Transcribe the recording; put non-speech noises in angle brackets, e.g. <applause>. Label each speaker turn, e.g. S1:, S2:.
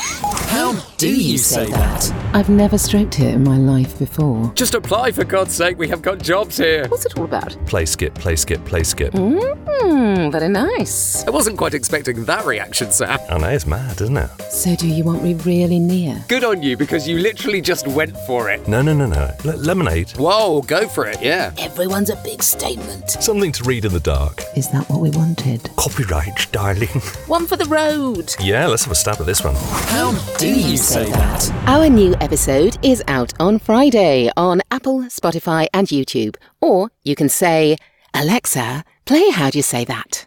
S1: How do you say that?
S2: I've never stroked it in my life before.
S3: Just apply for God's sake, we have got jobs here.
S2: What's it all about?
S4: Play skip, play skip, play skip.
S2: Mm.
S5: Hmm,
S2: Mmm, very nice.
S3: I wasn't quite expecting that reaction, Sam.
S4: I know, it's mad, isn't it?
S2: So, do you want me really near?
S3: Good on you because you literally just went for it.
S4: No, no, no, no. Le- lemonade.
S3: Whoa, go for it, yeah.
S1: Everyone's a big statement.
S4: Something to read in the dark.
S2: Is that what we wanted?
S4: Copyright, darling. <laughs>
S1: One for the road.
S4: yeah, let's have a stab at this one.
S1: How do you say that?
S5: Our new episode is out on Friday on Apple, Spotify, and YouTube. Or you can say, Alexa, play How Do You Say That?